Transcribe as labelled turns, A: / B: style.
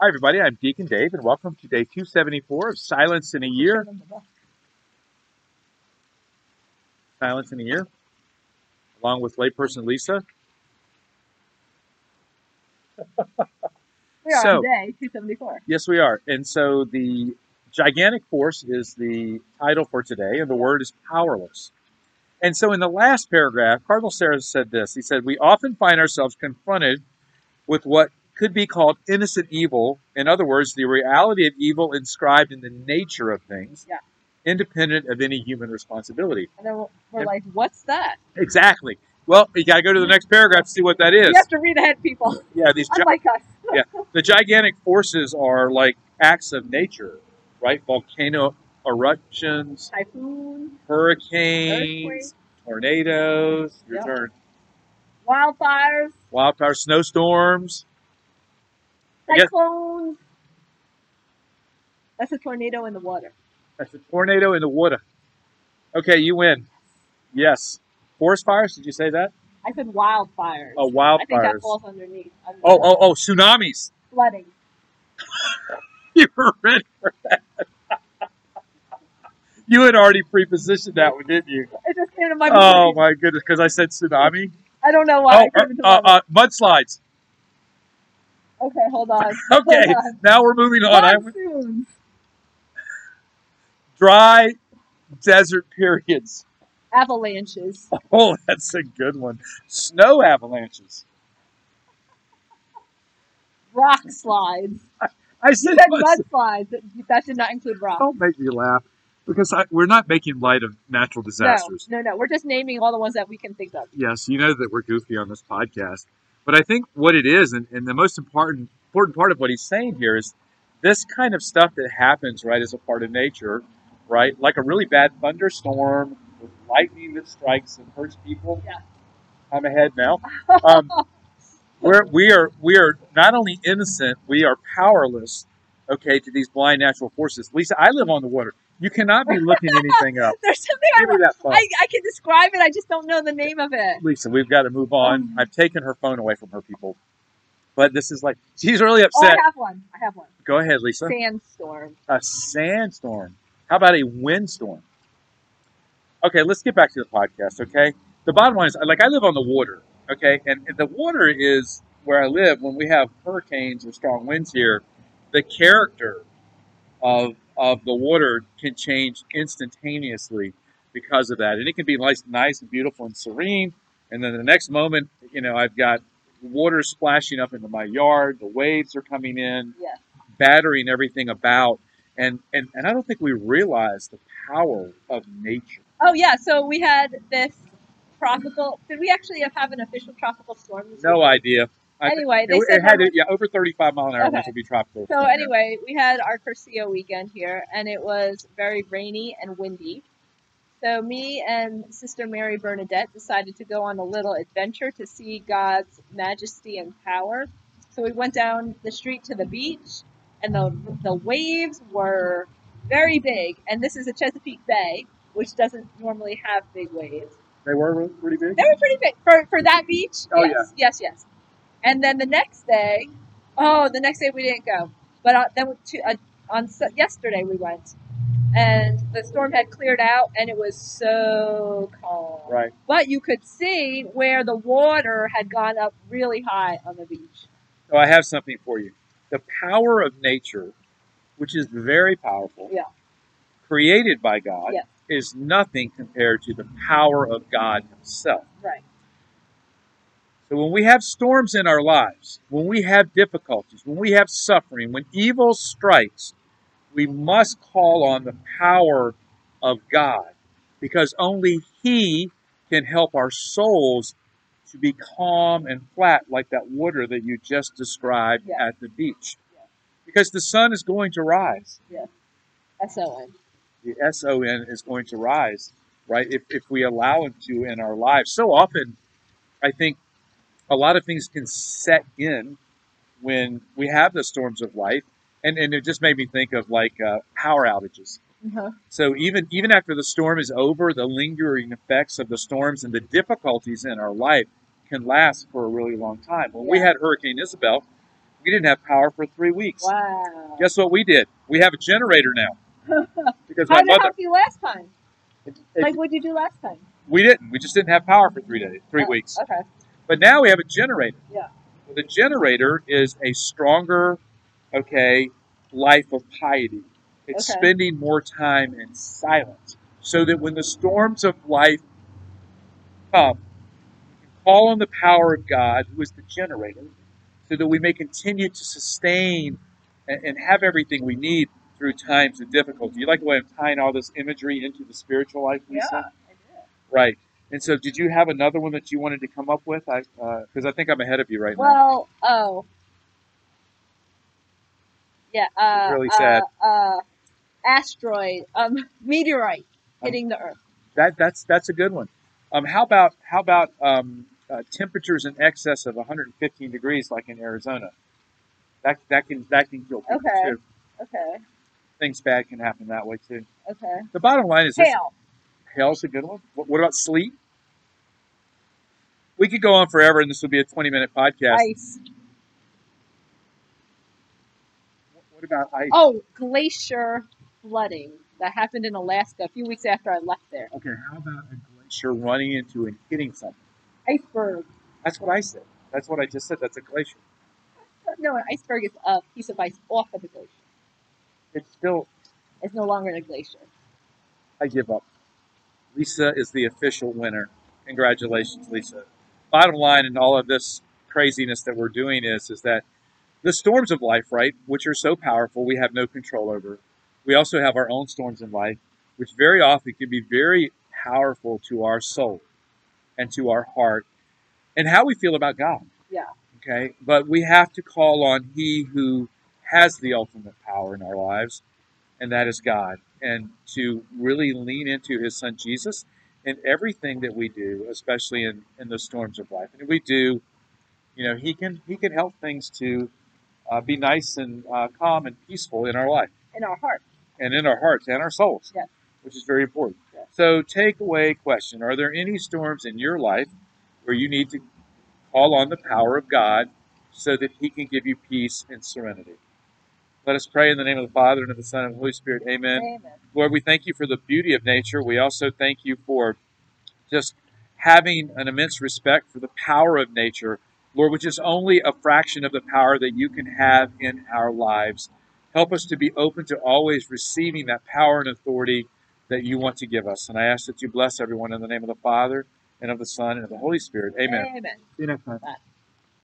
A: Hi, everybody. I'm Deacon Dave, and welcome to day 274 of Silence in a Year. Silence in a Year, along with layperson Lisa.
B: We are
A: So,
B: on day 274.
A: yes, we are. And so, the gigantic force is the title for today, and the word is powerless. And so, in the last paragraph, Cardinal Sarah said this He said, We often find ourselves confronted with what could be called innocent evil. In other words, the reality of evil inscribed in the nature of things,
B: Yeah.
A: independent of any human responsibility.
B: And then we're, we're
A: And
B: like, what's that?
A: exactly. Well, you got to go to the next paragraph to see what that
B: You
A: is.
B: have to read ahead, people, Oh
A: Yeah, these gi-
B: unlike us.
A: yeah the gigantic forces are like acts of nature, right? Volcano eruptions,
B: Typhoon, earthquake,
A: hurricanes, tornadoes. Your
B: yeah.
A: turn.
B: wildfires,
A: Wildfire, snowstorms. I guess
B: cyclones. That's a tornado in the water.
A: that's a tornado in the water. Okay, you win. Yes. Forest fires? Did you say that?
B: I said wildfires.
A: Oh,
B: I think that
A: wildfires.
B: falls underneath, under
A: Oh,
B: that.
A: oh, oh, tsunamis.
B: Flooding.
A: You were ready. You had already prepositioned that one, didn't you?
B: It just came to my
A: Oh
B: mind.
A: my goodness, because I said tsunami.
B: I don't know why
A: Oh,
B: it
A: uh,
B: came to
A: uh,
B: my mind.
A: uh, mudslides.
B: Okay, hold on. Hold
A: Okay,
B: on.
A: now we're moving on. uh, I went
B: Monsoons.
A: dry desert periods.
B: Avalanches.
A: Oh, that's a good one. Snow avalanches.
B: Rock slides.
A: I
B: You
A: said
B: said
A: muds.
B: mudslides. That that did not include rocks.
A: Don't make me laugh because I, we're not making light of natural
B: No,
A: disasters.
B: no, no. We're just naming all the ones that we can think of.
A: Yes, you know that we're goofy on this podcast, but I think what it is, and, and the most important important part of what he's saying here is this kind of stuff that happens right as a part of nature, right? Like a really bad thunderstorm with lightning that strikes and hurts people.
B: Yeah.
A: I'm ahead now. Um, we're we are we are not only innocent, we are powerless. Okay, to these blind natural forces. Lisa, I live on the water. You cannot be looking anything up.
B: There's something I
A: Give me
B: want.
A: that
B: I,
A: phone.
B: I can describe it. I just don't know the name of it.
A: Lisa, we've got to move
B: Oh,
A: on. I've taken her phone away from her people, but this is like she's really
B: oh, I
A: upset.
B: have one. I have one.
A: Go ahead, Lisa.
B: Sandstorm.
A: A sandstorm. How about a windstorm? Okay, let's get back to the podcast. Okay, the bottom line is like I live on the water. Okay, and and the water is where I live. When we have hurricanes or strong winds here, the character of of the water can change instantaneously because of that. And it can be nice, nice and beautiful and serene. And then the next moment, you know, I've got water splashing up into my yard. The waves are coming in,
B: Yes.
A: battering everything about. And and, and I don't think we realize the power of nature.
B: Oh yeah. So we had this tropical. Did we actually have, have an official tropical storm this
A: No
B: weekend?
A: idea. I think
B: Anyway,
A: it,
B: they
A: it
B: said
A: had
B: there
A: to,
B: was
A: yeah over 35 mile an hour winds
B: okay.
A: will be tropical.
B: So
A: Yeah.
B: anyway, we had our Curcio weekend here, and it was very rainy and windy. So me and Sister Mary Bernadette decided to go on a little adventure to see God's majesty and power. So we went down the street to the beach, and the the waves were very big. And this is a Chesapeake Bay, which doesn't normally have big waves.
A: They were re- pretty big.
B: They were pretty big for for that beach.
A: Oh yeah.
B: Yes, yes, yes. And then the next day, oh, the next day we didn't go. But uh, then to, uh, on Su- yesterday we went, and the storm had cleared out, and it was so calm.
A: Right.
B: But you could see where the water had gone up really high on the beach.
A: So I have something for you. The power of nature, which is very powerful,
B: Yeah.
A: created by God
B: Yes.
A: is nothing compared to the power of God Himself.
B: Right.
A: So when we have storms in our lives, when we have difficulties, when we have suffering, when evil strikes, we must call on the power of God because only He can help our souls to be calm and flat like that water that you just described
B: Yes.
A: at the beach.
B: Yes.
A: Because the sun is going to rise.
B: Yes. That's so in.
A: the SON is going to rise, right? If, if we allow it to in our lives. So often, I think a lot of things can set in when we have the storms of life. And, and it just made me think of like uh, power outages.
B: Uh-huh.
A: So even even after the storm is over, the lingering effects of the storms and the difficulties in our life can last for a really long time. When we
B: Yeah.
A: had Hurricane Isabel, We didn't have power for three weeks.
B: Wow.
A: Guess what we did? We have a generator now. Because
B: How
A: my
B: did it
A: mother,
B: help you last time?
A: it- it-
B: Like, what'd you do last time?
A: we didn't. We just didn't have power for three days, three
B: Oh,
A: weeks.
B: Okay.
A: But now we have a generator.
B: Yeah.
A: Well, the generator is a stronger, okay, life of piety. It's
B: Okay.
A: spending more time in silence so that when the storms of life come, call on the power of God, who is the generator, so that we may continue to sustain and, and have everything we need through times of difficulty. You like the way I'm tying all this imagery into the spiritual life,
B: Yeah.
A: Lisa?
B: I did.
A: Right. And so, did you have another one that you wanted to come up with? I because I think I'm ahead of you right now.
B: Well, oh, yeah. Uh,
A: really
B: uh,
A: sad.
B: Uh, asteroid, um, meteorite hitting the Earth.
A: That that's that's a good one. Um, how about how about um, uh, temperatures in excess of 115 degrees, like in Arizona? That that can that can kill people
B: Okay.
A: too.
B: Okay.
A: Things bad can happen that way too.
B: Okay.
A: The bottom line is this:
B: Hail.
A: hail's a good one. What, what about sleep? We could go on forever, and this would be a 20-minute podcast.
B: Ice.
A: What, what about ice?
B: Oh, glacier flooding that happened in Alaska a few weeks after I left there.
A: Okay, how about a glacier running into and hitting something?
B: Iceberg.
A: That's what I said. That's what I just said. That's a glacier.
B: No, an iceberg is a piece of ice off of a glacier.
A: It's still.
B: It's no longer a glacier.
A: I give up. Lisa is the official winner. Congratulations, Lisa. Bottom line in all of this craziness that we're doing is is that the storms of life, right, which are so powerful, we have no control over. We also have our own storms in life, which very often can be very powerful to our soul and to our heart and how we feel about God.
B: Yeah.
A: Okay. But we have to call on He who has the ultimate power in our lives, and that is God. And to really lean into His Son Jesus in everything that we do, especially in, in the storms of life. And if we do, you know, He can He can help things to uh, be nice and uh, calm and peaceful in our life
B: In our heart.
A: and in our hearts and our souls,
B: Yes.
A: which is very important.
B: Yes.
A: So, takeaway question: Are there any storms in your life where you need to call on the power of God so that he can give you peace and serenity. Let us pray in the name of the Father and of the Son and of the Holy Spirit. Amen.
B: Amen.
A: Lord, we thank you for the beauty of nature. We also thank you for just having an immense respect for the power of nature, Lord, which is only a fraction of the power that you can have in our lives. Help us to be open to always receiving that power and authority that you want to give us. And I ask that you bless everyone in the name of the Father and of the Son and of the Holy Spirit. Amen.
B: Amen.
A: See you next time.
B: Bye.